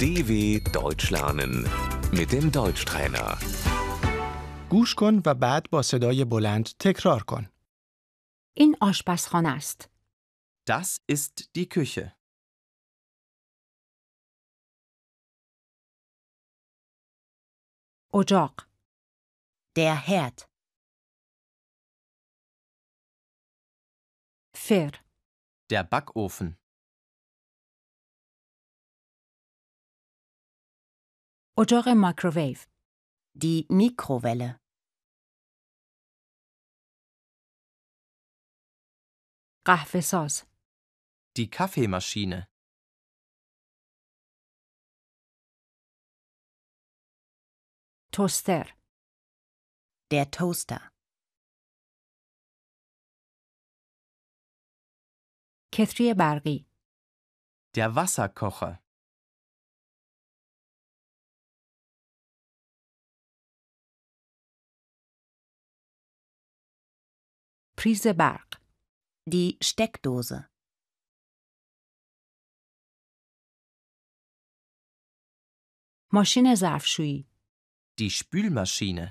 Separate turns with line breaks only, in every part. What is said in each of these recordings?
DW Deutsch lernen mit dem Deutschtrainer.
گوش کن و بعد با صدای بلند تکرار کن.
این آشپزخانه است.
Das ist die Küche.
اجاق. Der Herd. فر.
Der Backofen.
اجاق مایکروویو. Die Mikrowelle. قهوه ساز.
Die Kaffeemaschine.
توستر. Der Toaster. کتری برقی.
Der Wasserkocher.
پریز برق. Die Steckdose. ماشین ظرفشویی.
Die Spülmaschine.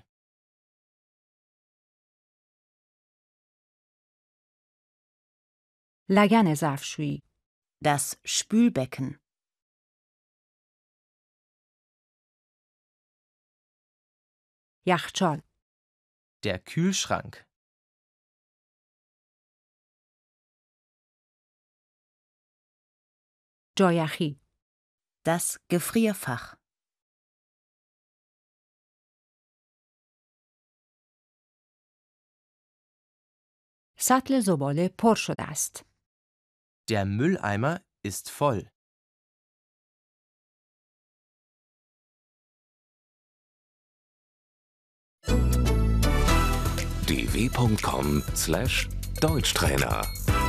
لگن ظرفشویی. Das Spülbecken. یخچال.
Der Kühlschrank.
جایخی.
Das Gefrierfach.
سطل زباله پر شده است.
Der Mülleimer ist voll.
dw.com/deutschtrainer